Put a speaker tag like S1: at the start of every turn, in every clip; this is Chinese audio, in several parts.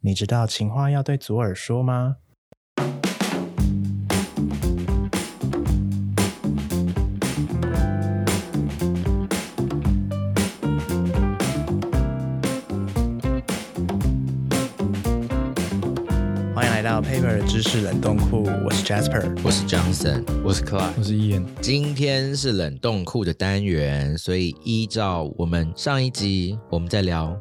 S1: 你知道情话要对左耳说吗？欢迎来到 Paper 知识冷冻库，我是 Jasper。
S2: 我是 Johnson，我是 Clark，
S3: 我是伊言，
S2: 今天是冷冻库的单元，所以依照我们上一集我们在聊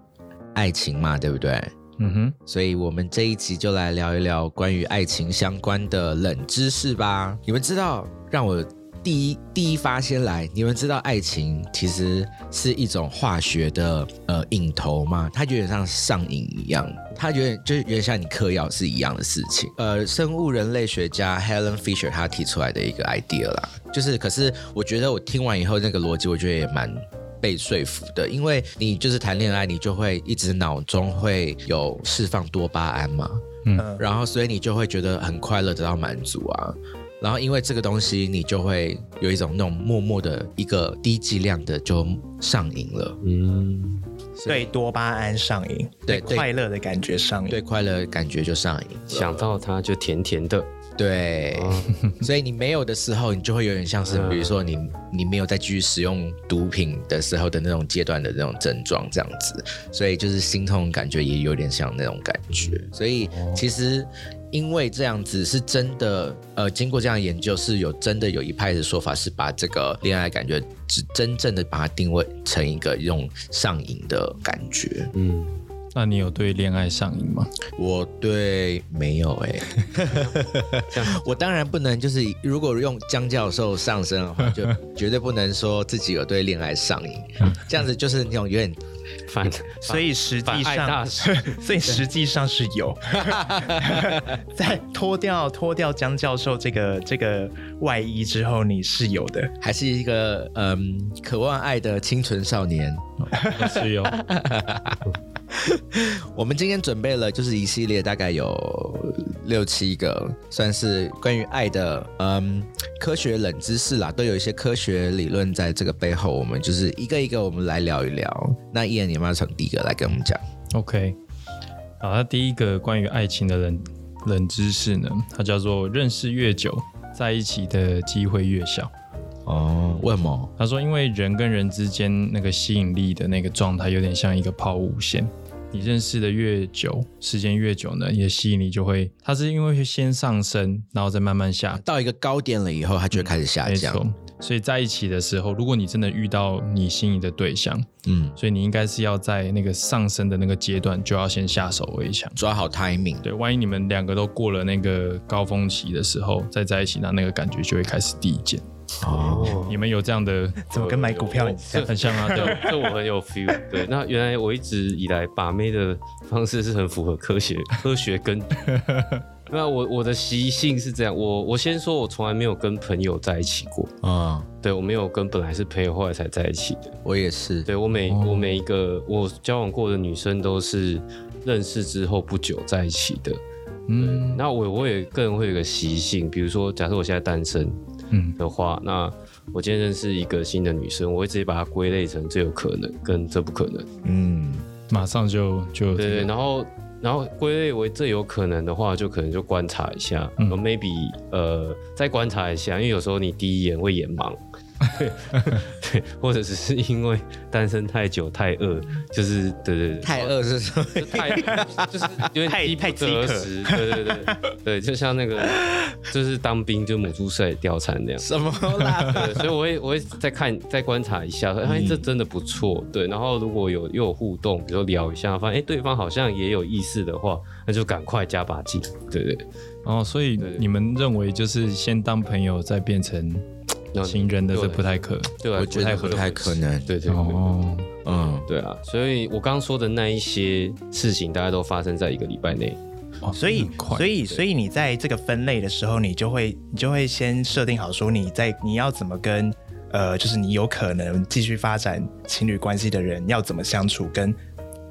S2: 爱情嘛，对不对？
S3: 嗯哼，
S2: 所以我们这一集就来聊一聊关于爱情相关的冷知识吧。你们知道，让我第一第一发先来，你们知道爱情其实是一种化学的呃瘾头吗？它有点像上瘾一样，它有点就是有点像你嗑药是一样的事情。呃，生物人类学家 Helen Fisher 她提出来的一个 idea 啦，就是可是我觉得我听完以后那个逻辑，我觉得也蛮被说服的，因为你就是谈恋爱，你就会一直脑中会有释放多巴胺嘛，
S1: 嗯
S2: 然后所以你就会觉得很快乐，得到满足啊。然后因为这个东西，你就会有一种那种默默的一个低剂量的就上瘾了，
S3: 嗯，
S1: 对多巴胺上瘾，
S2: 对对
S1: 快乐的感觉上瘾。
S2: 对快乐的感觉就上瘾。
S4: 想到它就甜甜的，
S2: 对，所以你没有的时候，你就会有点像是，
S4: 嗯
S2: 比如说你你没有再继续使用毒品的时候的那种阶段的那种症状这样子，所以就是心痛的感觉也有点像那种感觉，所以其实。因为这样子是真的，呃，经过这样的研究是有真的有一派的说法是把这个恋爱感觉只真正的把它定位成一个用上瘾的感觉。
S4: 嗯，
S3: 那你有对恋爱上瘾吗？
S2: 我对没有哎、我当然不能就是如果用江教授上身的话，就绝对不能说自己有对恋爱上瘾，这样子就是那种有点
S4: 反
S1: 所以实际
S4: 反爱
S1: 上
S4: 大，使
S1: 所以实际上是有 在脱掉脱掉江教授这个这个外衣之后，你是有的。
S2: 还是一个嗯渴望爱的清纯少年。
S3: 我哦是哦有，
S2: 我们今天准备了就是一系列大概有六七个，算是关于爱的嗯科学冷知识啦，都有一些科学理论在这个背后。我们就是一个一个我们来聊一聊。那伊人你要不要从第一个来跟我们讲？
S3: OK，好，那第一个关于爱情的冷冷知识呢，它叫做认识越久，在一起的机会越小。
S2: 哦，为什么？
S3: 他说，因为人跟人之间那个吸引力的那个状态，有点像一个抛物线。你认识的越久，时间越久呢，你的吸引力就会，它是因为会先上升，然后再慢慢下
S2: 到一个高点了以后，它就会开始下
S3: 没
S2: 降。
S3: 错，所以在一起的时候，如果你真的遇到你心仪的对象，
S2: 嗯，
S3: 所以你应该是要在那个上升的那个阶段就要先下手为强。
S2: 抓好 timing。
S3: 对，万一你们两个都过了那个高峰期的时候再在一起，那那个感觉就会开始递减。
S4: 哦，
S3: 你们有这样的
S1: 怎么跟买股票一样？
S3: 很像啊？对，
S4: 这我很有 feel。对，那原来我一直以来把妹的方式是很符合科学科学根据。那我我的习性是这样，我我先说，我从来没有跟朋友在一起过。
S3: 啊
S2: 嗯，
S4: 对，我没有跟本来是朋友，后来才在一起的。
S2: 我也是。
S4: 对我每、我每一个我交往过的女生都是认识之后不久在一起的。
S3: 嗯
S4: 那我我也个人会有一个习性，比如说，假设我现在单身，
S3: 嗯，
S4: 的话，那我今天认识一个新的女生，我会直接把它归类成这有可能跟这不可能。
S2: 嗯，
S3: 马上就就
S4: 对对，然后然后归类为这有可能的话，就可能就观察一下，
S3: 嗯
S4: 嗯，maybe 呃再观察一下，因为有时候你第一眼会眼 盲。对，对，或者只是因为单身太久太饿，就是对对对，
S2: 太饿是什么？
S4: 就太就是有点
S1: 太
S4: 饥不
S1: 太饥
S4: 择
S1: 渴
S4: 食，对对对对，就像那个就是当兵就母猪赛貂蝉那样，
S2: 什么啦？
S4: 对，所以我会我会再看再观察一下，说
S2: 嗯
S4: 哎，这真的不错，对。然后如果有又有互动，比如说聊一下，发现哎对方好像也有意思的话，那就赶快加把劲，对对。
S3: 哦，所以
S4: 对
S3: 你们认为就是先当朋友，再变成
S4: 那
S3: 情人的，
S4: 对
S3: 这
S4: 我来
S3: 不太可
S4: 对，啊
S2: 我觉得不太可能
S4: 对对对，
S3: 哦。
S2: 嗯，
S4: 对啊。所以我刚刚说的那一些事情，大概都发生在一个礼拜内。
S3: 哦
S1: 所以
S3: 很，快
S1: 所以，所以你在这个分类的时候，你就会，你就会先设定好说，你在你要怎么跟，呃，就是你有可能继续发展情侣关系的人要怎么相处，跟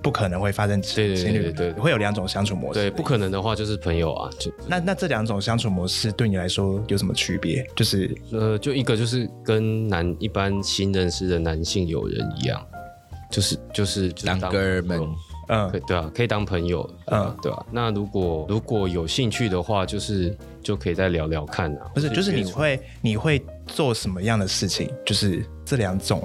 S1: 不可能会发生情
S4: 对对对
S1: 情侣
S4: 对对对
S1: 会有两种相处
S2: 哦
S1: 模式。
S4: 对，不可能的话就是朋友啊，就
S1: 那那这两种相处模式对你来说有什么区别？就是
S4: 呃，就一个就是跟男一般新认识的男性友人一样，就是就是就是当
S2: 当哥们
S4: 朋友
S1: 嗯
S4: 可对啊，可以当朋友，嗯
S1: 嗯，
S4: 对啊。那如果如果有兴趣的话，就是就可以再聊聊看啊。
S1: 不是，就是
S4: 觉得
S1: 你会你会做什么样的事情？就是这两种，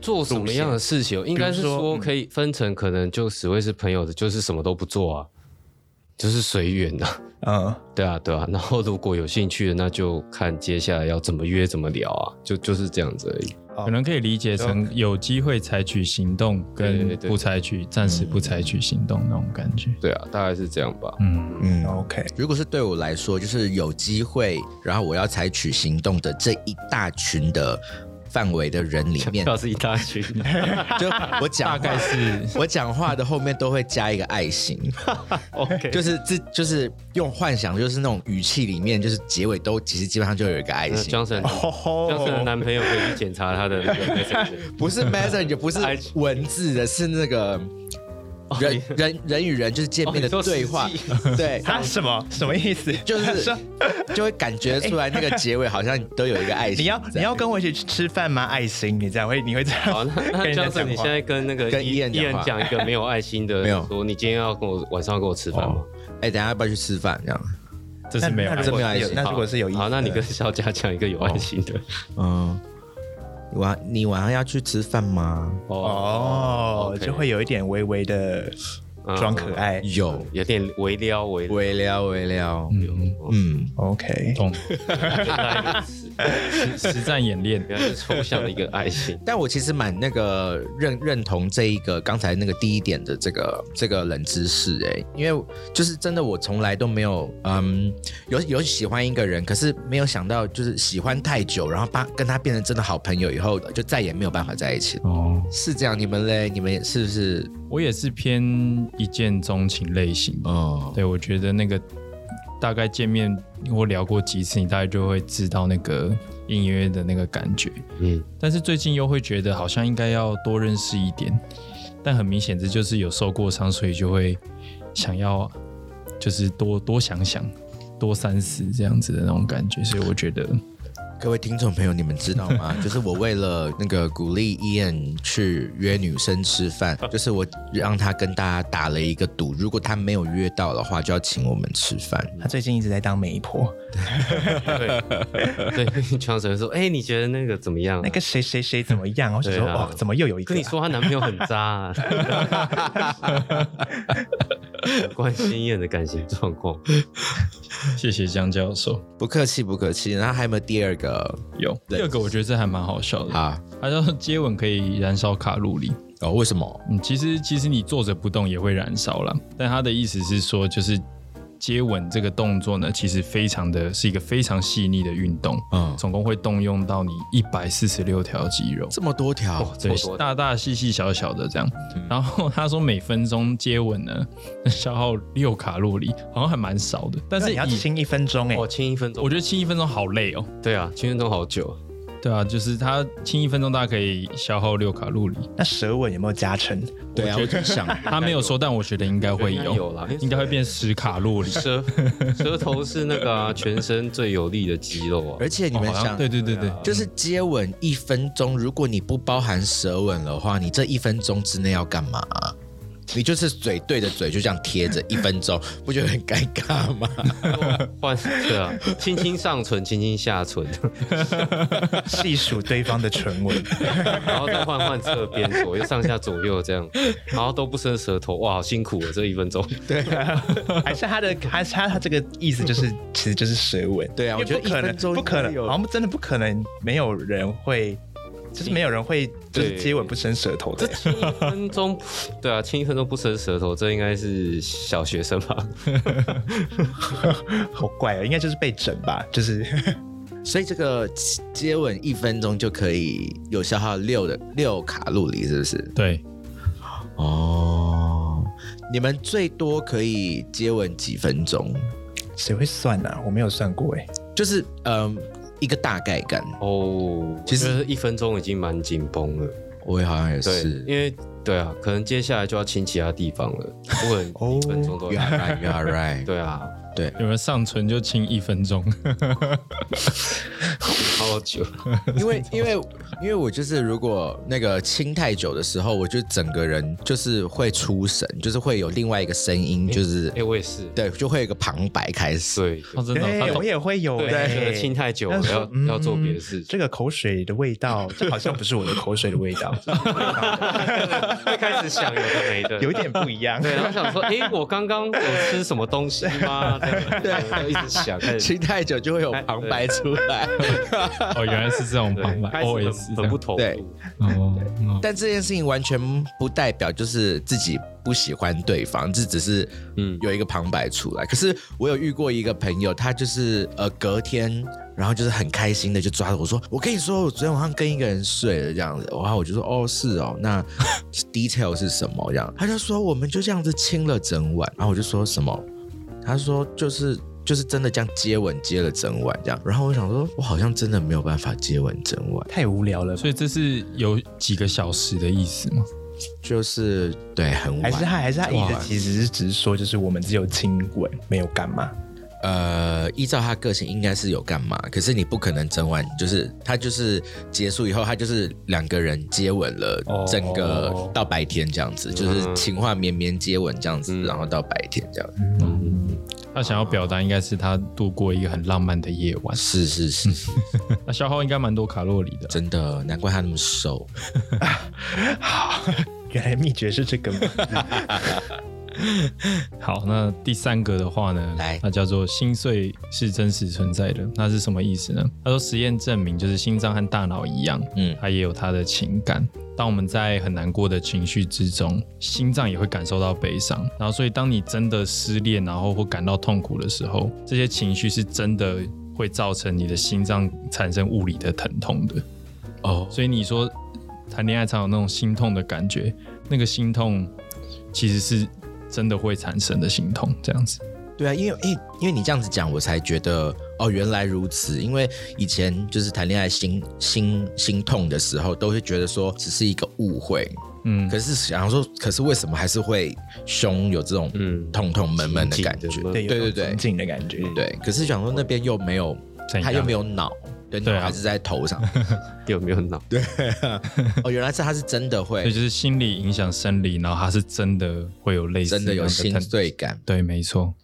S4: 做什么样的事情，应该是说可以分成，可能就只会是朋友的，就是什么都不做啊，就是随缘啊。
S1: 嗯
S4: 对啊，对啊。然后如果有兴趣的，那就看接下来要怎么约、怎么聊啊，就就是这样子而已。
S1: 哦
S3: 可能可以理解成有机会采取行动，
S4: 对
S3: 跟
S4: 对对嗯
S3: 不采取暂时不采取行动那种感觉。
S4: 对啊，大概是这样吧。
S3: 嗯，
S2: 嗯，
S1: ，OK，
S2: 如果是对我来说，就是有机会，然后我要采取行动的这一大群的范围的人里 面，
S4: 要是一大群，
S2: 就我讲
S3: 大
S2: 话
S3: 概是
S2: 我讲话的后面都会加一个爱心，OK，就是这就是用幻想，就是那种语气里面，就是结尾都其实基本上就有一个爱
S4: 那
S2: 心，
S4: 江神，
S1: 哦
S4: 江神的
S1: 吼，
S4: 男朋友可以去检查他的那个 messenger
S2: 不是 message，不是
S4: 爱心
S2: 文字的，是那个人人人与人就是见面的
S4: 哦你说
S2: 对话
S4: 实际，
S2: 对，
S1: 他什么什么意思？
S2: 就是
S1: 说
S2: 就会感觉出来那个结尾好像都有一个爱心在。
S1: 哎你要你要跟我一起去吃饭吗？爱心，你这样会你会这样？
S4: 好，那
S1: 跟
S4: 那
S1: 人家
S4: 江
S1: 讲
S4: 神，你
S1: 话
S4: 现在跟那个
S2: 跟伊
S4: 伊
S2: 恩
S4: 伊
S2: 讲
S4: 恩
S2: 话
S4: 讲一个没有爱心的，
S2: 没有
S4: 说你今天要跟我晚上要跟我吃饭吗？
S2: 哎，等一下要不要去吃饭？这样，
S3: 这
S1: 那
S3: 是没有
S1: 那
S3: 啊爱
S1: 如
S2: 真
S1: 果
S2: 没有爱
S1: 是有
S2: 心
S1: 那如果是有意思的，
S4: 好，那你跟小贾讲一个有爱心的
S2: 嗯，你晚你晚上要去吃饭吗？
S1: 哦，
S4: OK
S1: 就会有一点微微的装可爱。
S2: 有，
S4: 有点微撩微撩。
S2: 微聊微聊，
S3: 嗯，
S2: 嗯，
S1: OK，
S3: 懂，
S4: 哦原
S3: 实实战 演练。
S4: 来是抽象的一个
S2: 。
S4: 爱心
S2: 但我其实蛮那个认认同这一个刚才那个第一点的这个这个冷知识哎、因为就是真的我从来都没有嗯有有喜欢一个人，可是没有想到就是喜欢太久，然后把跟他变成真的好朋友以后，就再也没有办法在一起了。
S3: 哦，
S2: 是这样，你们嘞？你们是不是？
S3: 我也是偏一见钟情类型吧。
S2: 哦，
S3: 对，我觉得那个大概见面或聊过几次，你大概就会知道那个隐隐约约的那个感觉。
S4: 嗯，
S3: 但是最近又会觉得好像应该要多认识一点，但很明显这就是有受过伤，所以就会想要就是多多想想。多三思这样子的那种感觉，所以我觉得
S2: 各位听众朋友，你们知道 吗？就是我为了那个鼓励 Ian 去约女生吃饭，就是我让他跟大家打了一个赌，如果他没有约到的话，就要请我们吃饭。
S1: 他最近一直在当媒婆，
S4: 对，对，强神说，哎、你觉得那个怎么样？
S1: 那个谁谁谁怎么样？我想说，
S4: 对啊
S1: 哦，怎么又有一个？
S4: 跟你，说，她男朋友很渣、啊，关心燕的感情状况。
S3: 谢谢江教授。
S2: 不客气，不客气。然后还有没有第二个
S3: 有第二个，我觉得这还蛮好笑的。
S2: 啊？
S3: 他说接吻可以燃烧卡路里，
S2: 哦，为什么？
S3: 嗯，其实其实你坐着不动也会燃烧啦，但他的意思是说，就是接吻这个动作呢，其实非常的是一个非常细腻的运动，
S2: 嗯，
S3: 总共会动用到你一百四十六条肌肉。
S2: 哦这么多条，
S3: 对
S4: 么多，的
S3: 大大细细小小的这样，然后他说每分钟接吻呢消耗六卡路里，好像还蛮少的。但
S1: 但
S3: 是
S1: 是你要
S3: 以
S1: 亲一分钟哎
S4: 哦，，亲一分钟，
S3: 我觉得亲一分钟好累哦。
S4: 对啊，亲一分钟好久。
S3: 对啊，就是他亲一分钟大概可以消耗六卡路里，
S1: 那舌吻有没有加成？
S2: 对啊，我就 想，
S3: 他没有说，但我觉得应该会
S4: 应该有啦因为
S3: 应该会变十卡路里。
S4: 舌 舌头是那个啊、全身最有力的肌肉啊。
S2: 而且你们
S3: 哦好像
S2: 想，啊
S3: 对对对对，
S2: 就是接吻一分钟，如果你不包含舌吻的话，你这一分钟之内要干嘛、你就是嘴对着嘴就这样贴着一分钟，不觉得很尴尬吗？
S4: 换对啊，轻轻上唇，轻轻下 唇，
S1: 细数对方的唇纹，
S4: 然后再换换侧边，左右上下左右这样，然后都不伸舌头，哇，好辛苦啊！这一分钟，
S2: 啊
S1: 还是他的，还是他他这个意思就是，其实就是舌吻。
S2: 对
S1: 因
S2: 啊，我
S1: 为
S2: 觉得
S1: 不
S2: 一
S1: 可能
S2: 分钟
S1: 不可
S2: 应该
S1: 能，
S2: 有
S1: 好像真的不可能，没有人会，就是没有人会就是
S4: 对
S1: 接吻不伸舌头的。
S4: 亲一分钟，对啊，亲一分钟不伸舌头，这应该是小学生 吧？
S1: 好怪哦，应该就是被整吧，就是
S2: 所以这个接吻一分钟就可以有消耗六的六卡路里，是不是？
S3: 对，
S2: 哦，你们最多可以接吻几分钟？
S1: 谁会算呢、啊？我没有算过哎，
S2: 就是嗯、一个大概感。
S4: 哦，
S2: 其实
S4: 我觉得一分钟已经蛮紧绷了，
S2: 我也好像也
S4: 对，
S2: 是，
S4: 因为对啊，可能接下来就要亲其他地方了，不能
S1: 哦
S4: 一分钟都
S2: ，You
S4: 要。
S2: are right，You are right。
S4: 对啊，
S2: 对，
S3: 有人上唇就亲一分钟，
S4: 好久，
S2: 因为因为因为我就是如果那个亲太久的时候，我就整个人就是会出神，就是会有另外一个声音，就是、
S4: 哎、我也是，
S2: 对，就会有一个旁白开始。
S4: 对
S3: 哦，真的哦，他
S1: 对，
S3: 懂
S1: 我也会有
S4: 对，
S1: 欸
S4: 可能亲太久了，
S1: 但是嗯
S4: 要要做
S2: 嗯
S4: 别的事情，
S1: 这个口水的味道，这好像不是我的口水的味 道，
S4: 会开始想有的没的，
S1: 有一点不一样。
S4: 对，然后想说，哎、我刚刚有吃什么东西 吗？对，就一直想，开始
S2: 亲太久就会有旁白出来，
S3: 哦，原来是这种哦
S4: 对
S3: 旁白
S4: 开始
S3: ，O
S4: 很
S3: S
S4: 很不投
S2: 对
S4: 入，
S3: 哦，哦
S2: 但这件事情完全不代表就是自己不喜欢对方，这只是嗯
S4: 嗯
S2: 有一个旁白出来。可是我有遇过一个朋友，他就是呃隔天，然后就是很开心的就抓着我说：“我跟你说，我昨天晚上跟一个人睡了这样子。”然后我就说：“哦，是哦，那 detail 是什么？”这样他就说：“我们就这样子亲了整晚。”然后我就说什么？他说就是就是真的这样接吻接了整晚这样。然后我想说，我好像真的没有办法接吻整晚，
S1: 太无聊了吧，
S3: 所以这是有几个小时的意思吗？
S2: 就是对很晚
S1: 还。是他还是他意
S2: 哇
S1: 思其实是只是说，就是我们只有亲吻，没有干嘛。
S2: 呃，依照他个性应该是有干嘛，可是你不可能整晚就是他就是结束以后，他就是两个人接吻了，
S1: 哦
S2: 整个到白天这样子，就是情话绵绵接吻这样子，
S4: 嗯
S2: 然后到白天这样子。
S3: 他想要表达应该是他度过一个很浪漫的夜晚，
S2: 是是是，
S3: 那消耗应该蛮多卡路里的。
S2: 真的，难怪他那么瘦。
S1: 原来秘诀是这 个吗？
S3: 好，那第三个的话呢，
S2: 来
S3: 它叫做心碎是真实存在的，那是什么意思呢？他说实验证明，就是心脏和大脑一样，
S2: 嗯
S3: 它也有它的情感。当我们在很难过的情绪之中，心脏也会感受到悲伤。然后，所以当你真的失恋，然后或感到痛苦的时候，这些情绪是真的会造成你的心脏产生物理的疼痛的。
S2: 哦，
S3: 所以你说谈恋爱常有那种心痛的感觉，那个心痛其实是真的会产生的心痛，这样子。
S2: 对啊，因为因为因为你这样子讲，我才觉得哦，原来如此。因为以前就是谈恋爱心心心痛的时候，都会觉得说只是一个误会，
S3: 嗯，
S2: 可是想说，可是为什么还是会胸有这种
S4: 嗯
S2: 痛痛闷闷的感觉？
S4: 紧紧的闷
S1: 对
S2: 对
S1: 有
S2: 对
S1: 种
S2: 对
S1: 亲近的感觉。
S2: 对，可是想说那边又没有，
S3: 怎
S2: 他
S3: 样
S2: 又没有脑，对，
S3: 对啊
S2: 脑还是在头 上。
S4: 有没有脑？对，
S2: 哦，原来是他是真的
S3: 所以
S2: 会，
S3: 就是心理影响生理，然后它是真的会有类似
S2: 真的有
S3: 那样
S2: 心
S3: 疼
S2: 碎感
S3: 对，没错。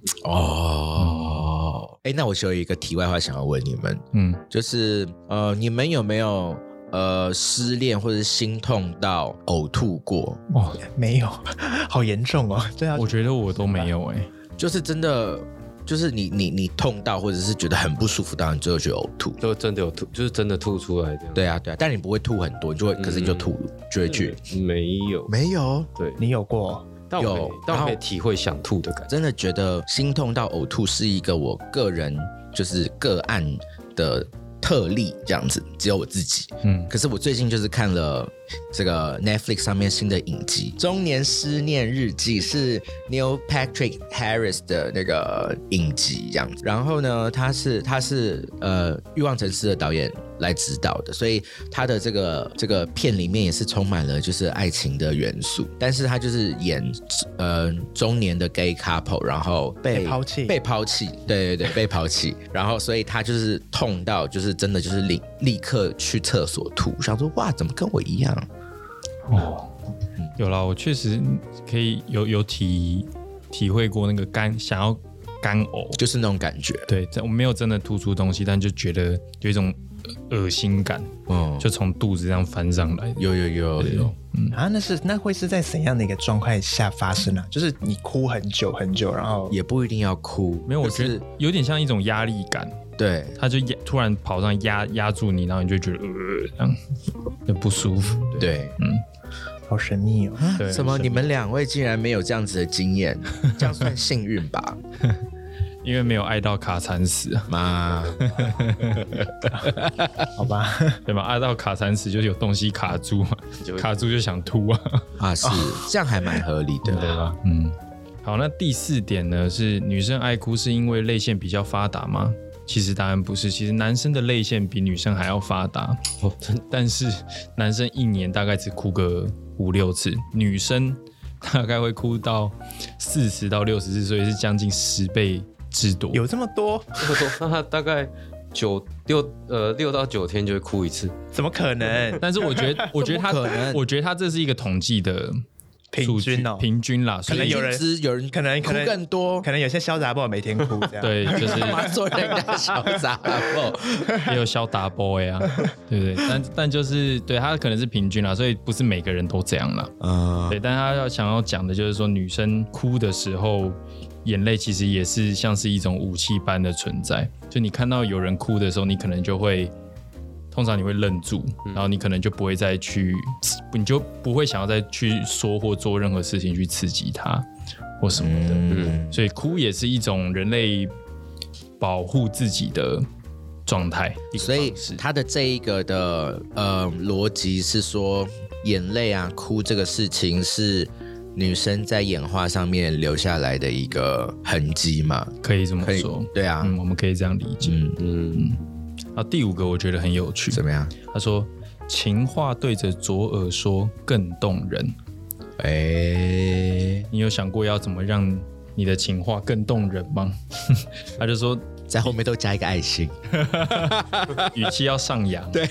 S2: 哦。哎，那我就有一个题外话想要问你们，
S3: 嗯，
S2: 就是呃，你们有没有呃失恋或者心痛到呕吐过？
S3: 哦，
S1: 没有， 好严重哦。对啊，
S3: 我觉得我都没有哎、
S2: 就是真的，就是你你你痛到，或者是觉得很不舒服到，你最后去呕吐。
S4: 就真的有吐，就是真的吐出来这样。
S2: 对啊，对啊，但你不会吐很多，你就会，可是你就吐，就会去。
S4: 没有，
S2: 没有，
S4: 对，
S1: 你有过？
S4: 但我可以
S2: 有
S4: 但
S2: 然
S4: 我
S2: 后
S4: 可以体会想吐的感觉。
S2: 真的觉得心痛到呕吐是一个我个人就是个案的特例，这样子只有我自己。
S3: 嗯，
S2: 可是我最近就是看了这个 Netflix 上面新的影集《中年失恋日记》，是 Neil Patrick Harris 的那个影集这样子。然后呢，他是他是呃《欲望城市》的导演来指导的，所以他的这个这个片里面也是充满了就是爱情的元素，但是他就是演呃中年的 gay couple，然后被
S1: 被抛弃
S2: 被抛弃，对对对，被抛弃。 然后，所以他就是痛到，就是真的就是立立刻去厕所吐，想说哇，怎么跟我一样？
S3: 哦，有啦，我确实可以有有体体会过那个干想要干呕，
S2: 就是那种感觉。
S3: 对，但我没有真的吐出东西，但就觉得有一种呃恶心感，
S2: 嗯，
S3: 就从肚子这样翻上来的。
S2: 有有有有，
S1: 啊，那是那会是在怎样的一个状态下发生啊？就是你哭很久很久，然后
S2: 也不一定要哭。
S3: 没有，我
S2: 就
S3: 觉
S2: 是
S3: 得有点像一种压力感，
S2: 对，
S3: 它就压突然跑上压压住你，然后你就觉得呃这样很不舒服。
S2: 对。嗯
S1: 好神秘哦。
S3: 对，
S2: 什么？
S3: 是
S2: 你们两位竟然没有这样子的经验，这样算幸运吧？
S3: 因为没有爱到卡惨死啊，
S2: 妈，
S1: 好吧，
S3: 对吧？爱到卡惨死就是有东西卡住嘛
S4: 就，会
S3: 卡住就想吐啊，
S2: 啊，是这样还蛮合理
S3: 对
S2: 的。
S3: 吧？ 嗯，好，那第四点呢是女生爱哭是因为泪腺比较发达吗？其实答案不是，其实男生的泪腺比女生还要发达，但是男生一年大概只哭个五六次，女生大概会哭到四十到六十次，所以是将近十倍之多。
S1: 有这么多？
S4: 这么多，那他大概九六呃六到九天就会哭一次，
S1: 怎么可能？
S3: 但是我觉得，我觉得他
S2: 怎么可能
S3: 我觉得他这是一个统计的
S1: 平
S3: 数据
S1: 均哦，
S3: 平均啦，
S1: 可能有人
S2: 平均值有人
S1: 可能
S2: 哭
S1: 可能
S2: 更多，
S1: 可能有些潇洒 boy 每天哭这样。，
S3: 对，就 是
S2: 干嘛做人家小杂货？
S3: 也有小打 boy 啊，对不对？但但就是对他可能是平均啦，所以不是每个人都这样啦。
S2: 嗯，
S3: 对，但他要想要讲的就是说，女生哭的时候，眼泪其实也是像是一种武器般的存在。就你看到有人哭的时候，你可能就会，通常你会愣住，
S1: 嗯
S3: 然后你可能就不会再去，你就不会想要再去说或做任何事情去刺激他或什么的。
S2: 嗯，
S3: 所以哭也是一种人类保护自己的状态。一个
S2: 所以
S3: 方式
S2: 他的这一个的呃逻辑是说，眼泪啊哭这个事情是女生在演化上面留下来的一个痕迹嘛？
S3: 可以这么
S2: 可以
S3: 说，，
S2: 对啊，
S3: 嗯，我们可以这样理解。
S2: 嗯，
S4: 嗯，
S3: 啊，第五个我觉得很有趣，
S2: 怎么样？
S3: 他说：“情话对着左耳说更动人。
S2: 哎，
S3: 你有想过要怎么让你的情话更动人吗？” 他就说
S2: 在后面都加一个爱心，：“
S3: 语气要上扬。对”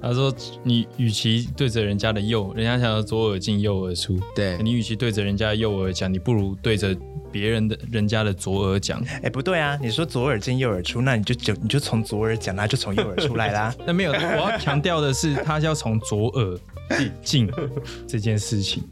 S3: 他说：“你与其对着人家的右，人家想要左耳进右耳出，
S2: 对
S3: 你与其对着人家的右耳讲，你不如对着别人的人家的左耳讲。
S1: 哎，不对啊，你说左耳进右耳出，那你就就你就从左耳讲，那就从右耳出来啦。
S3: 但没有，我要强调的是，他要从左耳进这件事情。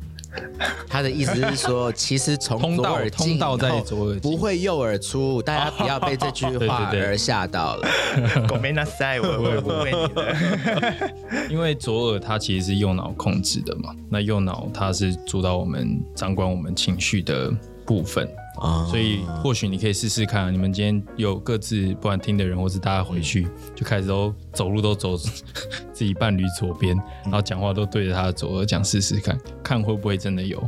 S2: 他的意思是说，其实从
S3: 通
S2: 左
S3: 道
S2: 耳进
S3: 通道
S2: 以
S3: 在
S2: 后
S3: 左耳进
S2: 不会右耳出，大家不要被这句话
S3: 对对对
S2: 而吓到了。
S1: 狗没那塞，我我我为你了。
S3: 因为左耳它其实是右脑控制的嘛，那右脑它是主导我们掌管我们情绪的部分，
S2: 啊
S3: 所以
S1: 哦
S3: 或许你可以试试看啊、你们今天有各自不管听的人，或是大家回去、
S1: 嗯
S3: 就开始都走路都走 自己伴侣左边，
S1: 嗯
S3: 然后讲话都对着他的左耳讲，试试看，看会不会真的有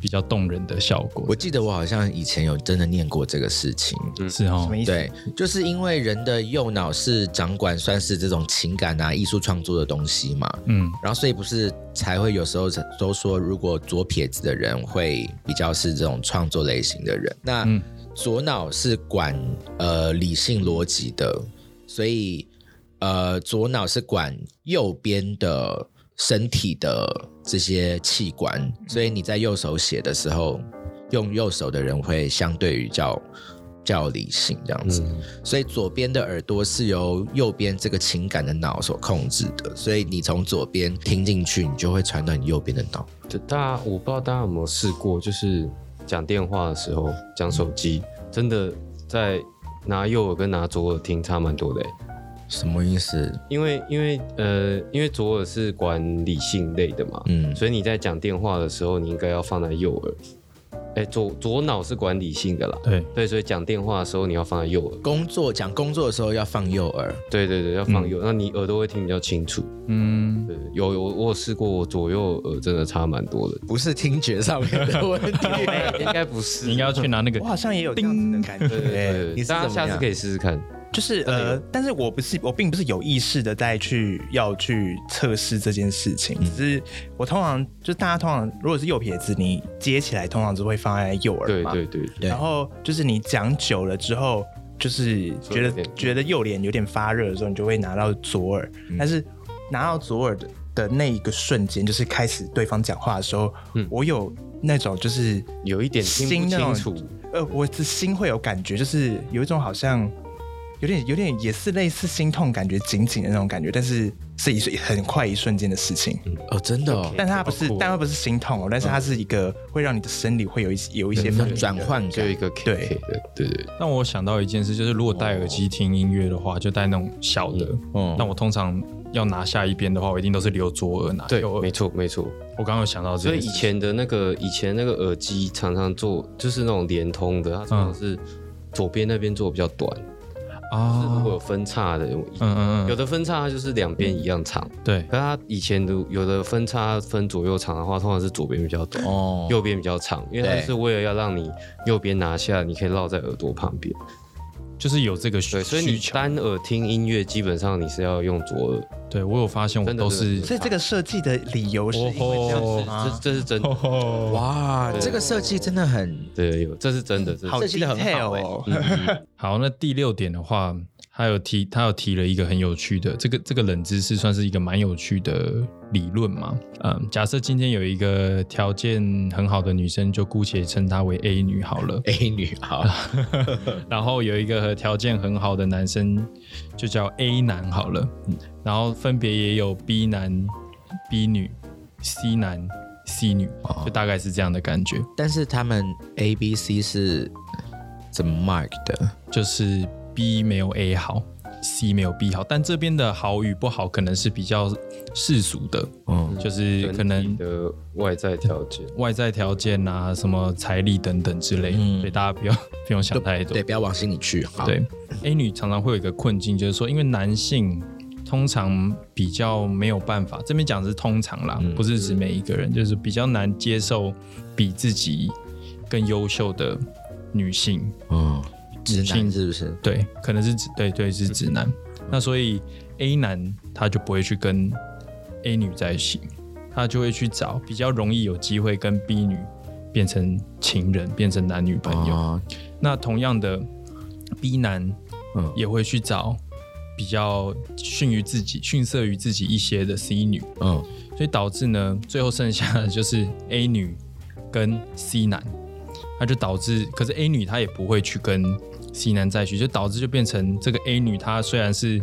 S3: 比较动人的效
S2: 我
S3: 果。
S2: 记得我好像以前有真的念过这个事情，
S3: 是哦
S1: 什么，意思？
S2: 对，就是因为人的右脑是掌管算是这种情感啊、艺术创作的东西嘛，
S3: 嗯，
S2: 然后所以不是才会有时候都说，如果左撇子的人会比较是这种创作类型的人，那
S3: 嗯
S2: 左脑是管呃理性逻辑的，所以呃左脑是管右边的身体的这些器官，所以你在右手写的时候，用右手的人会相对于较。较理性这样子，所以左边的耳朵是由右边这个情感的脑所控制的，所以你从左边听进去，你就会传到你右边的脑。
S4: 就大家我不知道大家有没有试过，就是讲电话的时候讲手机，真的在拿右耳跟拿左耳听差蛮多的欸、
S2: 什么意思？
S4: 因为因为呃，因为左耳是管理性类的嘛，
S2: 嗯，
S4: 所以你在讲电话的时候，你应该要放在右耳。哎、左左脑是管理性的啦，
S3: 对，
S4: 对，所以讲电话的时候你要放在右耳。
S2: 工作讲工作的时候要放右耳，
S4: 对对对，要放右，那你耳朵会听比较清楚。
S3: 嗯，
S4: 对，有有我有试过，我左右耳真的差蛮
S2: 。
S4: 多的
S2: 不是听觉上面的问题。
S4: 应该不是，
S3: 你应该要去拿那个
S1: 我好像也有这样子的感
S4: 对对
S1: 觉。
S4: 对
S2: 你
S4: 对，
S2: 是怎么
S4: 大家
S2: 样
S4: 下次可以试试看。
S1: 就是呃，但是我不是我并不是有意识的在去要去测试这件事情，
S4: 嗯
S1: 只是我通常就大家通常如果是右撇子，你接起来通常都会放在右耳
S4: 对
S1: 嘛，
S4: 对对，
S2: 对
S1: 然后就是你讲久了之后，就是觉
S4: 左
S1: 得
S4: 脸
S1: 觉得右脸有点发热的时候，你就会拿到左耳，但是拿到左耳的的那一个瞬间，就是开始对方讲话的时候，我有那种就是
S4: 有一点听不
S1: 心那
S4: 清
S1: 种
S4: 楚，
S1: 呃，我的心会有感觉，就是有一种好像有点有点也是类似心痛感觉，紧紧的那种感觉，但是是一瞬很快一瞬间的事情。
S2: 哦，真的哦，
S1: 但它不是，
S3: 好酷哦
S1: 但它不是心痛哦，但是它是一个会让你的生理会有一些有一些
S2: 要
S1: 反应
S2: 转
S1: 的。
S2: 换
S4: 就
S2: 感
S4: 一。个 K
S1: 对
S4: K 的，对对
S3: 让我想到一件事，就是如果戴耳机听音乐的话，就戴那种小的。
S2: 嗯
S3: 那我通常要拿下一边的话，我一定都是留左耳拿
S4: 对，
S3: 右
S4: 没
S3: 耳。
S4: 错没错。
S3: 我刚刚有想到这
S4: 所
S3: 件
S4: 以
S3: 事
S4: 以前的那个以前那个耳机常常做就是那种连通的，它常常是左边那边做比较短，就是如
S3: 啊
S4: 果，有分叉的，有
S3: 嗯嗯
S4: 有
S3: 嗯，
S4: 的分叉它就是两边一样长，
S3: 对，
S4: 可是它以前的有的分叉分左右长的话，通常是左边比较短。
S2: 哦，
S4: 右边比较长，因为它
S2: 对
S4: 是为了要让你右边拿下，你可以绕在耳朵旁边。
S3: 就是有这个需
S4: 对，所以
S3: 需
S4: 你
S3: 求。
S4: 单耳听音乐，基本上你是要用左耳。
S3: 对我有发现，我
S4: 真的
S3: 都
S4: 真
S3: 是
S4: 的
S1: 所以这个设计的理由是因为这样子吗？
S4: 哦这这是真的，
S3: 哦，
S2: 哇，这个设计真的很
S4: 对，有这是真的，这
S1: 好
S4: 是
S2: 设计得很好
S1: detail
S2: 欸。
S1: 哦，
S4: 嗯嗯嗯
S3: 好，那第六点的话，他有提，他有提了一个很有趣的，这个这个冷知识算是一个蛮有趣的理论嘛。嗯，假设今天有一个条件很好的女生，就姑且称她为 A 女好了
S2: A 女好，
S3: 然后有一个条件很好的男生，就叫 A 男好了。
S2: 嗯
S3: 然后分别也有 B 男、B 女、C 男、C 女，
S2: 哦
S3: 就大概是这样的感觉。
S2: 但是他们 A B C 是怎么 mark 的？
S3: 就是 B 没有 A 好，C 没有 B 好，但这边的好与不好可能是比较世俗的，
S2: 嗯，
S3: 就是可
S4: 整
S3: 能
S4: 体的外在条件，
S3: 外在条件啊、什么财力等等之类的，
S2: 嗯
S3: 所以大家不要不用想太多
S2: 对，。不要往心里去。好，
S3: 对，A 女常常会有一个困境，就是说，因为男性通常比较没有办法，这边讲的是通常啦，不是指每一个人，就是比较难接受比自己更优秀的女性，
S2: 嗯，直
S3: 性
S2: 男是不是？
S3: 对，可能是指对对是直男。那所以 A 男他就不会去跟 A 女在一起，他就会去找比较容易有机会跟 B 女变成情人，变成男女朋友。
S2: 哦，
S3: 那同样的，B 男
S2: 嗯
S3: 也会去找比较逊于自己、逊色于自己一些的 C 女，
S2: 嗯，
S3: 所以导致呢，最后剩下的就是 A 女跟 C 男，那就导致，可是 A 女她也不会去跟 C 男在一起，就导致就变成这个 A 女她虽然是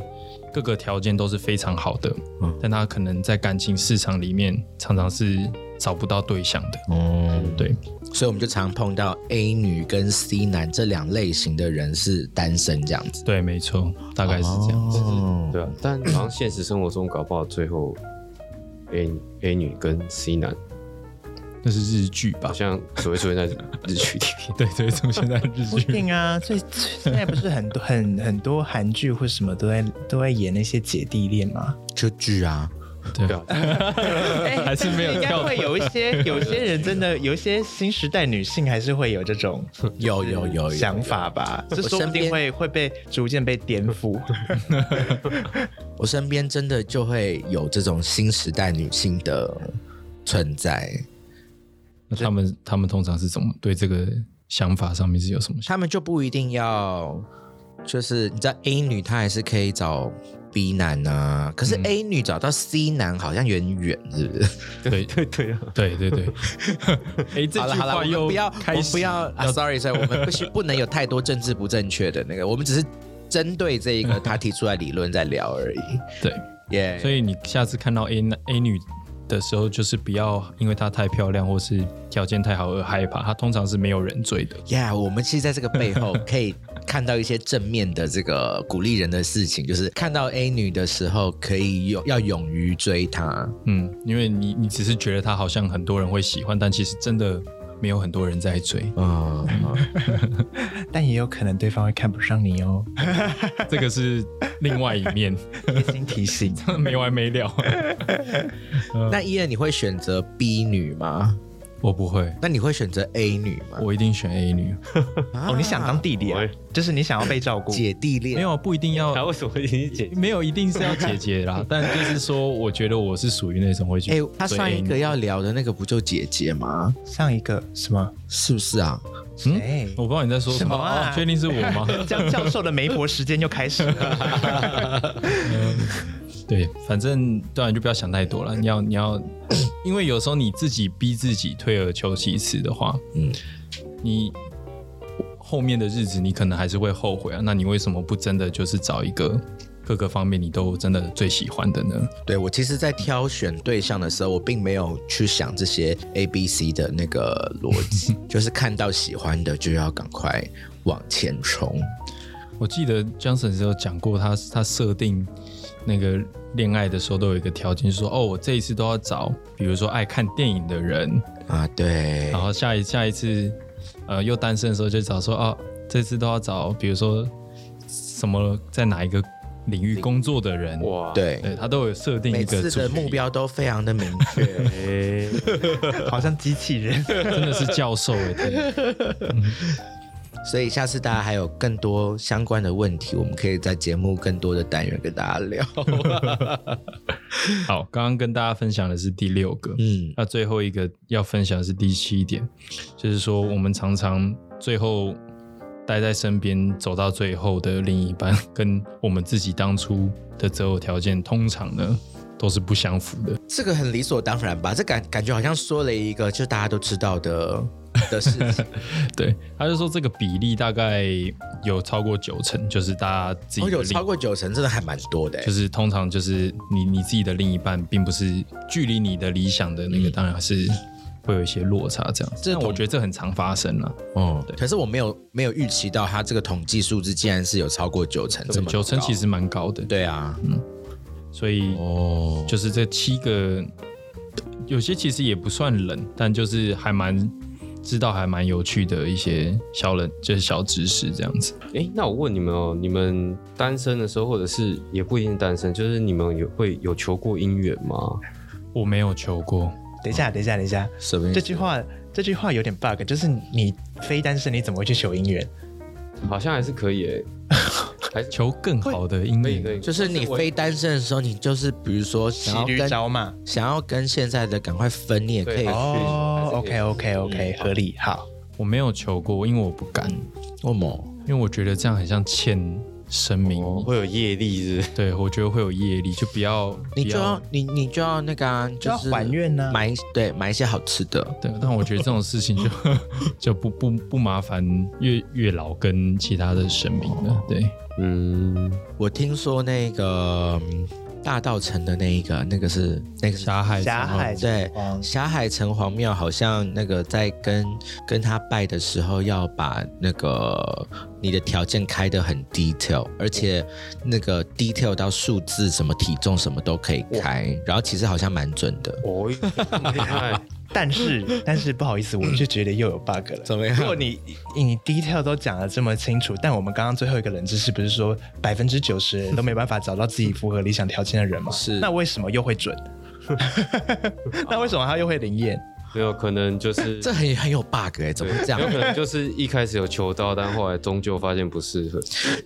S3: 各个条件都是非常好的，
S2: 嗯
S3: 但她可能在感情市场里面常常是找不到对象的。
S2: 哦，
S3: 对，
S2: 所以我们就常碰到 A 女跟 C 男这两类型的人是单身这样子，
S3: 对，没错，大概是这样子。
S2: 哦，
S4: 对啊。但好像现实生活中搞不好最后 A A 女跟 C 男
S3: 那是日剧吧
S4: 好？像只会出现在日剧里 面。
S3: 对对，出现在 日
S1: 不一
S3: 剧。
S1: 定啊，所以现在不是很多很很多韩剧或什么都在都在演那些姐弟恋吗？
S2: 就剧啊，
S4: 对
S3: 对，
S4: 啊，
S3: 还是没有
S1: 应该
S3: 跳
S1: 会有一些有些人真的有一些新时代女性还是会有这种
S2: 有有哦有有
S1: 想法吧，这
S2: 我
S1: 说不
S2: 身
S1: 定
S2: 边
S1: 会会被逐渐被颠覆。
S2: 我身边真的就会有这种新时代女性的存在，
S3: 那他们他们通常是怎么对这个想法上面是有什么想？
S2: 她们就不一定要，就是你知道 A 女她还是可以找 B 男啊，可是 A 女找到 C 男好像有点远，是不是？
S3: 对
S4: 对对啊，
S3: 对对对。 哎，这
S2: 好了
S3: 句
S2: 好了，我
S3: 话
S2: 们
S3: 又
S2: 不要，我
S3: 开
S2: 们
S3: 始
S2: 不要啊，sorry sorry，我们不需 不能有太多政治不正确的那个，我们只是针对这一个他提出来理论在聊而已，
S3: 对，
S2: 耶、
S3: 所以你下次看到 A 男 A 女的时候，就是不要因为她太漂亮或是条件太好而害怕，她通常是没有人追的。
S2: Yeah，我们其实在这个背后可以看到一些正面的这个鼓励人的事情，就是看到 A 女的时候，可以勇要勇于追她。。
S3: 嗯，因为你你只是觉得她好像很多人会喜欢，但其实真的没有很多人在追
S4: 啊
S2: 嗯，
S1: 但也有可能对方会看不上你哦，
S3: 这个是另外一面，
S1: 贴心提醒。
S3: 没完没了。 嗯
S2: 那伊人你会选择 B 女吗？
S3: 我不会，
S2: 那你会选择 A 女吗？
S3: 我一定选 A 女。
S1: 哦，你想当弟弟啊
S4: 喂？
S1: 就是你想要被照顾。
S2: 姐弟恋？
S3: 没有，不一定要
S4: 他为什么已经解？
S3: 没有一定是要姐姐啦，但就是说，我觉得我是属于那种会去
S2: 哎、
S3: 追 A 女。
S2: 他上一个要聊的那个不就姐姐吗？
S1: 上一个什么？
S2: 是不是啊？
S3: 嗯
S1: 哎，
S3: 我不知道你在说什么，
S1: 什么啊
S3: 哦确定是我吗？
S1: 江教授的媒婆时间又开始了。
S3: 对，反正当然就不要想太多了。你要你要，因为有时候你自己逼自己退而求其次的话，
S2: 嗯，
S3: 你后面的日子你可能还是会后悔啊。那你为什么不真的就是找一个各个方面你都真的最喜欢的呢？
S2: 对我其实，在挑选对象的时候，我并没有去想这些 A、B、C 的那个逻 辑，就是看到喜欢的就要赶快往前冲。
S3: 我记得 Johnson 是有讲过他，他设定那个恋爱的时候都有一个条件，就是说哦，我这一次都要找，比如说爱看电影的人，
S2: 啊，对
S3: 然，后下一下一次，呃，又单身的时候就找说哦，这次都要找，比如说什么在哪一个领域工作的人，
S4: 哇，
S2: 对，
S3: 对他都有设定
S2: 每
S3: 一个
S2: 次
S3: 主
S2: 的
S3: 题
S2: 目，标都非常的明确。
S4: 哎，
S1: 好像机器人。
S3: 欸真的是教授哎、天哪嗯
S2: 所以下次大家还有更多相关的问题，我们可以在节目更多的单元跟大家 聊。
S3: 好，刚刚跟大家分享的是第六个，
S2: 嗯，
S3: 那最后一个要分享的是第七点，就是说我们常常最后待在身边走到最后的另一半，跟我们自己当初的择偶条件，通常呢都是不相符的。
S2: 这个很理所当然吧？这感感觉好像说了一个就大家都知道的的事 情，
S3: 对，他就说这个比例大概有超过九成，就是大家自己
S2: 哦，
S3: 的
S2: 有
S3: 另
S2: 超过九成，真的还蛮多的欸。
S3: 就是通常就是你你自己的另一半，并不是距离你的理想的那个，当然是会有一些落差这样
S2: 嗯
S3: 子。
S2: 这
S3: 但我
S2: 同
S3: 觉得这很常发生了，
S2: 哦
S3: 对
S2: 可是我没有没有预期到他这个统计数字竟然是有超过九成这么高
S3: 九成其实蛮高的，
S2: 对啊，
S3: 所以
S2: 哦，
S3: 就是这七个，有些其实也不算冷，但就是还蛮知道还蛮有趣的一些小冷，就是小知识这样子。
S4: 哎、那我问你们哦，你们单身的时候，或者是也不一定单身，就是你们有会有求过姻缘吗？
S3: 我没有求过，
S1: 等一下，等一下，等一下，
S2: 什么意思
S1: 这句话这句话有点 bug，就是你非单身你怎么会去求姻缘？
S4: 好像还是可以、欸，还是
S3: 求更好的姻
S4: 可以可
S3: 缘。
S4: 以，
S2: 就是你
S4: 我
S2: 非单身的时候，你就是比如说
S1: 骑
S2: 想要
S1: 驴
S2: 跟
S1: 找马。
S2: 想要跟现在的赶快分，你也可以
S4: 对。
S1: 哦，OK OK OK，合理，好，
S3: 我没有求过，因为我不敢，
S2: 为什么？
S3: 因为我觉得这样很像欠生命义。
S4: 会有业力是不是
S3: 对，我觉得会有业力，就不要，
S2: 你
S3: 不
S2: 就要你你就要那个啊，
S1: 就要
S2: 是
S1: 还愿啊
S2: 买对买一些好吃的。
S3: 对，但我觉得这种事情 就就不不不麻烦月月老跟其他的神明了。对，
S4: 嗯，
S2: 我听说那个嗯大道城的那一个，那个是那个是
S3: 霞海
S1: 霞
S3: 城隍
S1: 海
S2: 对
S1: 城隍
S2: 霞海城隍庙，好像那个在跟跟他拜的时候，要把那个你的条件开得很 detail，而且那个 detail 到数字、什么体重、什么都可以开，然后其实好像蛮准的。
S4: 哦， 厉害，
S1: 但是但是不好意思，我就觉得又有 bug 了。
S2: 怎么 样
S1: 如果你你你 detail 都讲的这么清楚，但我们刚刚最后一个冷知识不是说百分之九十人都没办法找到自己符合理想条件的人吗？
S2: 是
S1: 那为什么又会 准？那为什么他又会灵验？
S4: 没有可能就是
S2: 这很很有 bug 哎、怎么会这
S4: 有可
S2: 样？
S4: 能就是一开始有求到，但后来终究发现不适合。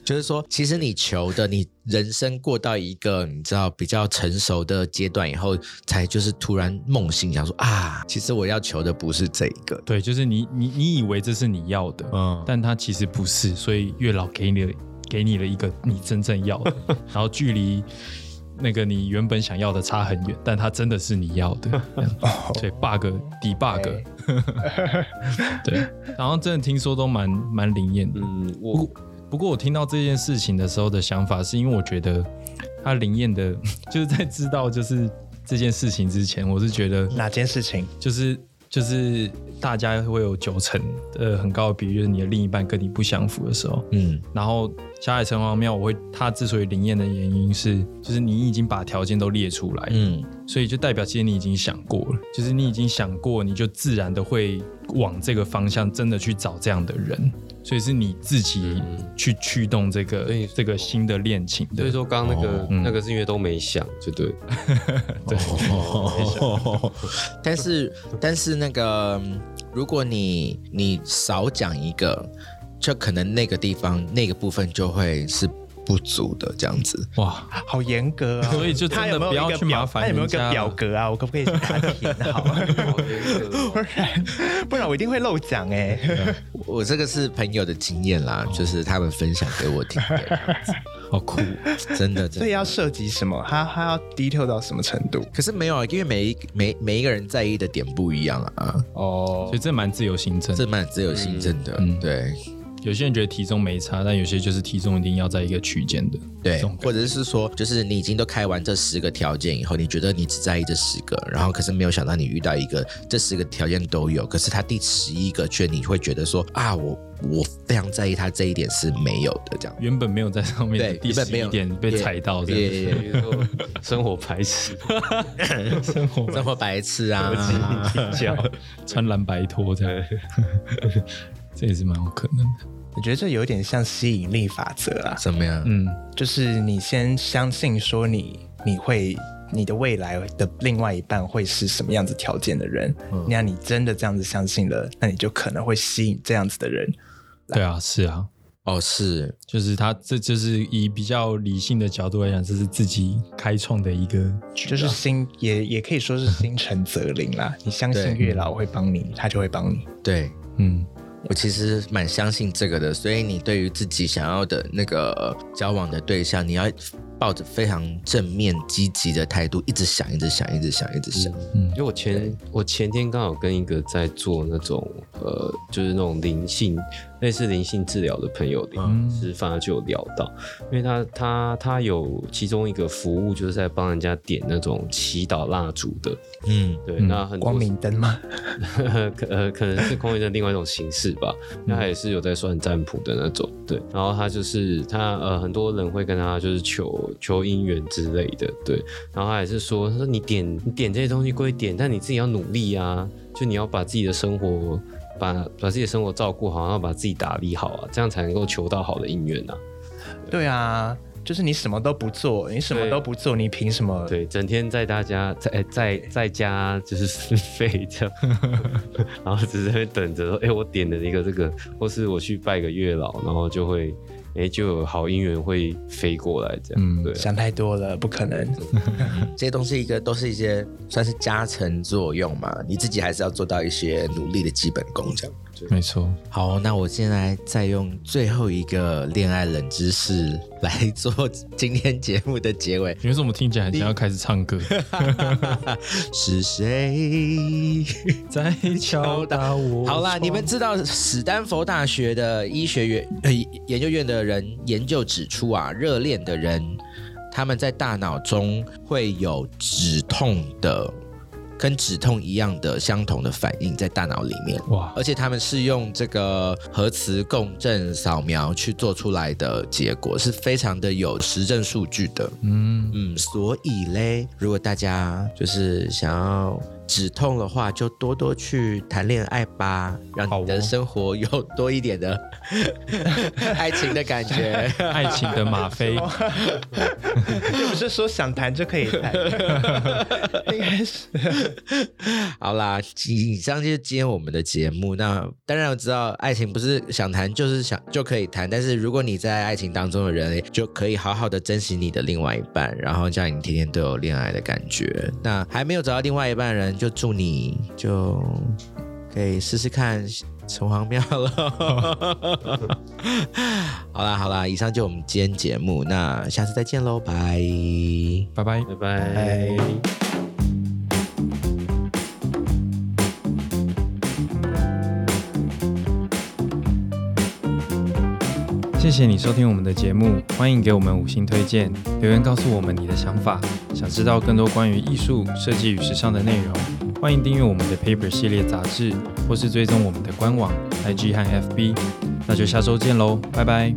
S2: 就是说，其实你求的，你人生过到一个你知道比较成熟的阶段以后，才就是突然梦醒，想说啊，其实我要求的不是这一个。
S3: 对，就是你你你以为这是你要的，
S2: 嗯
S3: 但它其实不是，所以月老给你了给你了一个你真正要的，然后距离那个你原本想要的差很远，但它真的是你要的，这样所以 bug debug，对， 然后真的听说都蛮蛮灵验的，
S4: 嗯，
S3: 不
S4: 我
S3: 过不过我听到这件事情的时候的想法，是因为我觉得他灵验的， 就是在知道就是这件事情之前，我是觉得
S1: 哪件事情？
S3: 就是就是大家会有九成呃很高的比率，就是你的另一半跟你不相符的时候。
S2: 嗯，
S3: 然后霞海城隍庙，我会它之所以灵验的原因是，就是你已经把条件都列出来，
S2: 嗯，
S3: 所以就代表其实你已经想过了，就是你已经想过，你就自然的会往这个方向真的去找这样的人，所以是你自己去驱动这个、
S4: 所以
S3: 这个新的恋情的。
S4: 所以说刚刚那个
S2: 嗯
S4: 那个是因为都没想，就对。
S2: 哦， 但是但是那个，嗯如果你你少讲一个，就可能那个地方那个部分就会是不足的这样子。
S3: 哇，
S1: 好严格啊！
S3: 所以就真的
S1: 他有没有
S3: 不要
S1: 一个
S3: 去
S1: 表
S3: 麻烦
S1: 他有没有一
S3: 人家
S1: 个
S3: 了
S1: 表格啊？我可不可以把它填好？ 不然不然我一定会漏讲哎、
S2: 我我这个是朋友的经验
S1: 哦
S2: 啦，就是他们分享给我听 的，
S3: 好酷！
S2: 真的
S1: 所
S2: 真
S1: 以
S2: 的。
S1: 要涉及什么？他他要 detail 到什么程度？
S2: 可是没有，啊，因为每一每每一个人在意的点不一样啊，
S1: 嗯
S3: 所以这蛮自由行政。
S2: 这蛮自由新政的，
S3: 嗯
S2: 对
S3: 有些人觉得体重没差，但有些就是体重一定要在一个区间的。
S2: 对
S3: 这种，感觉
S2: 或者是说，就是你已经都开完这十个条件以后，你觉得你只在意这十个，然后可是没有想到你遇到一个这十个条件都有，可是他第十一个却你会觉得说啊，我我非常在意他这一点是没有的，这样
S3: 原本没有在上面的
S2: 对
S3: 第
S2: 原本没
S3: 十一
S2: 有
S3: 点被
S2: 也
S3: 踩到，
S2: 也
S3: 这
S2: 也
S3: 样
S2: 也
S4: 比如说生活排斥，
S3: 生活
S2: 这么白痴啊！
S4: 脚
S3: 穿蓝白拖这样， 这也是蛮有可能的。
S1: 我觉得这有点像吸引力法则啊，
S2: 怎么样？
S3: 嗯，
S1: 就是你先相信说你你会你的未来的另外一半会是什么样子
S4: 嗯嗯
S1: 条件的人，那你真的这样子相信了，那你就可能会吸引这样子的人。
S2: 来。
S3: 对啊，是啊，
S2: 哦，是
S3: 就是他这就是以比较理性的角度来讲，这是自己开创的一个局啊，
S1: 就是心也也可以说是心诚则灵 啦。你相
S2: 对
S1: 信月老会帮你，他就会帮你。
S2: 对。
S3: 嗯，
S2: 我其实蛮相信这个的，所以你对于自己想要的那个呃交往的对象，你要抱着非常正面积极的态度，一直想，一直想，一直想，一直想。
S4: 因为我前我前天刚好跟一个在做那种呃，就是那种灵性类似灵性治疗的朋友聊，吃饭啊就有聊到，因为他他他有其中一个服务就是在帮人家点那种祈祷蜡烛的，
S2: 嗯
S4: 对，
S3: 嗯
S4: 那很多
S1: 光明灯嘛，
S4: 可呃，可能是空灵的另外一种形式吧。那他也是有在算占卜的那种，对。然后他就是他呃，很多人会跟他就是求求姻缘之类的，对。然后他也是说，他说你点你点这些东西归点，但你自己要努力啊，就你要把自己的生活把把自己的生活照顾好，然后把自己打理好啊，这样才能够求到好的姻缘啊。
S1: 对啊，就是你什么都不做，你什么
S4: 对
S1: 都不做，你凭什么？
S4: 对，整天在大家在哎在在家就是废 这样，然后只是在那边等着说，哎、我点了一个这个，或是我去拜个月老，然后就会，哎、就有好姻缘会飞过来这样，
S3: 嗯
S4: 对啊，
S1: 想太多了，不可能。
S2: 这些东西一个都是一些算是加成作用嘛，你自己还是要做到一些努力的基本功这样。
S3: 没错，
S2: 好，那我现在再用最后一个恋爱冷知识来做今天节目的结 尾，
S3: 因为我们听起来很像要开始唱歌，
S2: 是谁？
S3: 在敲打 我。
S2: 好啦，你们知道史丹佛大学的医学院呃研究院的人研究指出啊，热恋的人他们在大脑中会有止痛的，跟止痛一样的相同的反应在大脑里面。
S3: 哇，
S2: 而且他们是用这个核磁共振扫描去做出来的结果，是非常的有实证数据的。
S3: 嗯，
S2: 嗯，所以嘞，如果大家就是想要止痛的话，就多多去谈恋爱吧，让
S3: 好哦
S2: 你的生活有多一点的 爱情的感觉。
S3: 爱情的 吗啡，
S1: 又哦不是说想谈就可以谈， 应该是
S2: 好啦，以上就是今天我们的节目。那当然我知道，爱情不是想谈就是想就可以谈，但是如果你在爱情当中的人，就可以好好的珍惜你的另外一半，然后叫你天天都有恋爱的感觉。那还没有找到另外一半的人，就祝你就可以试试看城隍庙了。 好啦好啦，以上就我们今天节目，那下次再见喽，拜。
S3: 拜拜。
S4: 拜拜。
S1: 拜
S3: 谢谢你收听我们的节目，欢迎给我们五星推荐，留言告诉我们你的想法。想知道更多关于艺术、设计与时尚的内容，欢迎订阅我们的 Paper 系列杂志，或是追踪我们的官网、IG 和 FB。那就下周见喽，拜拜。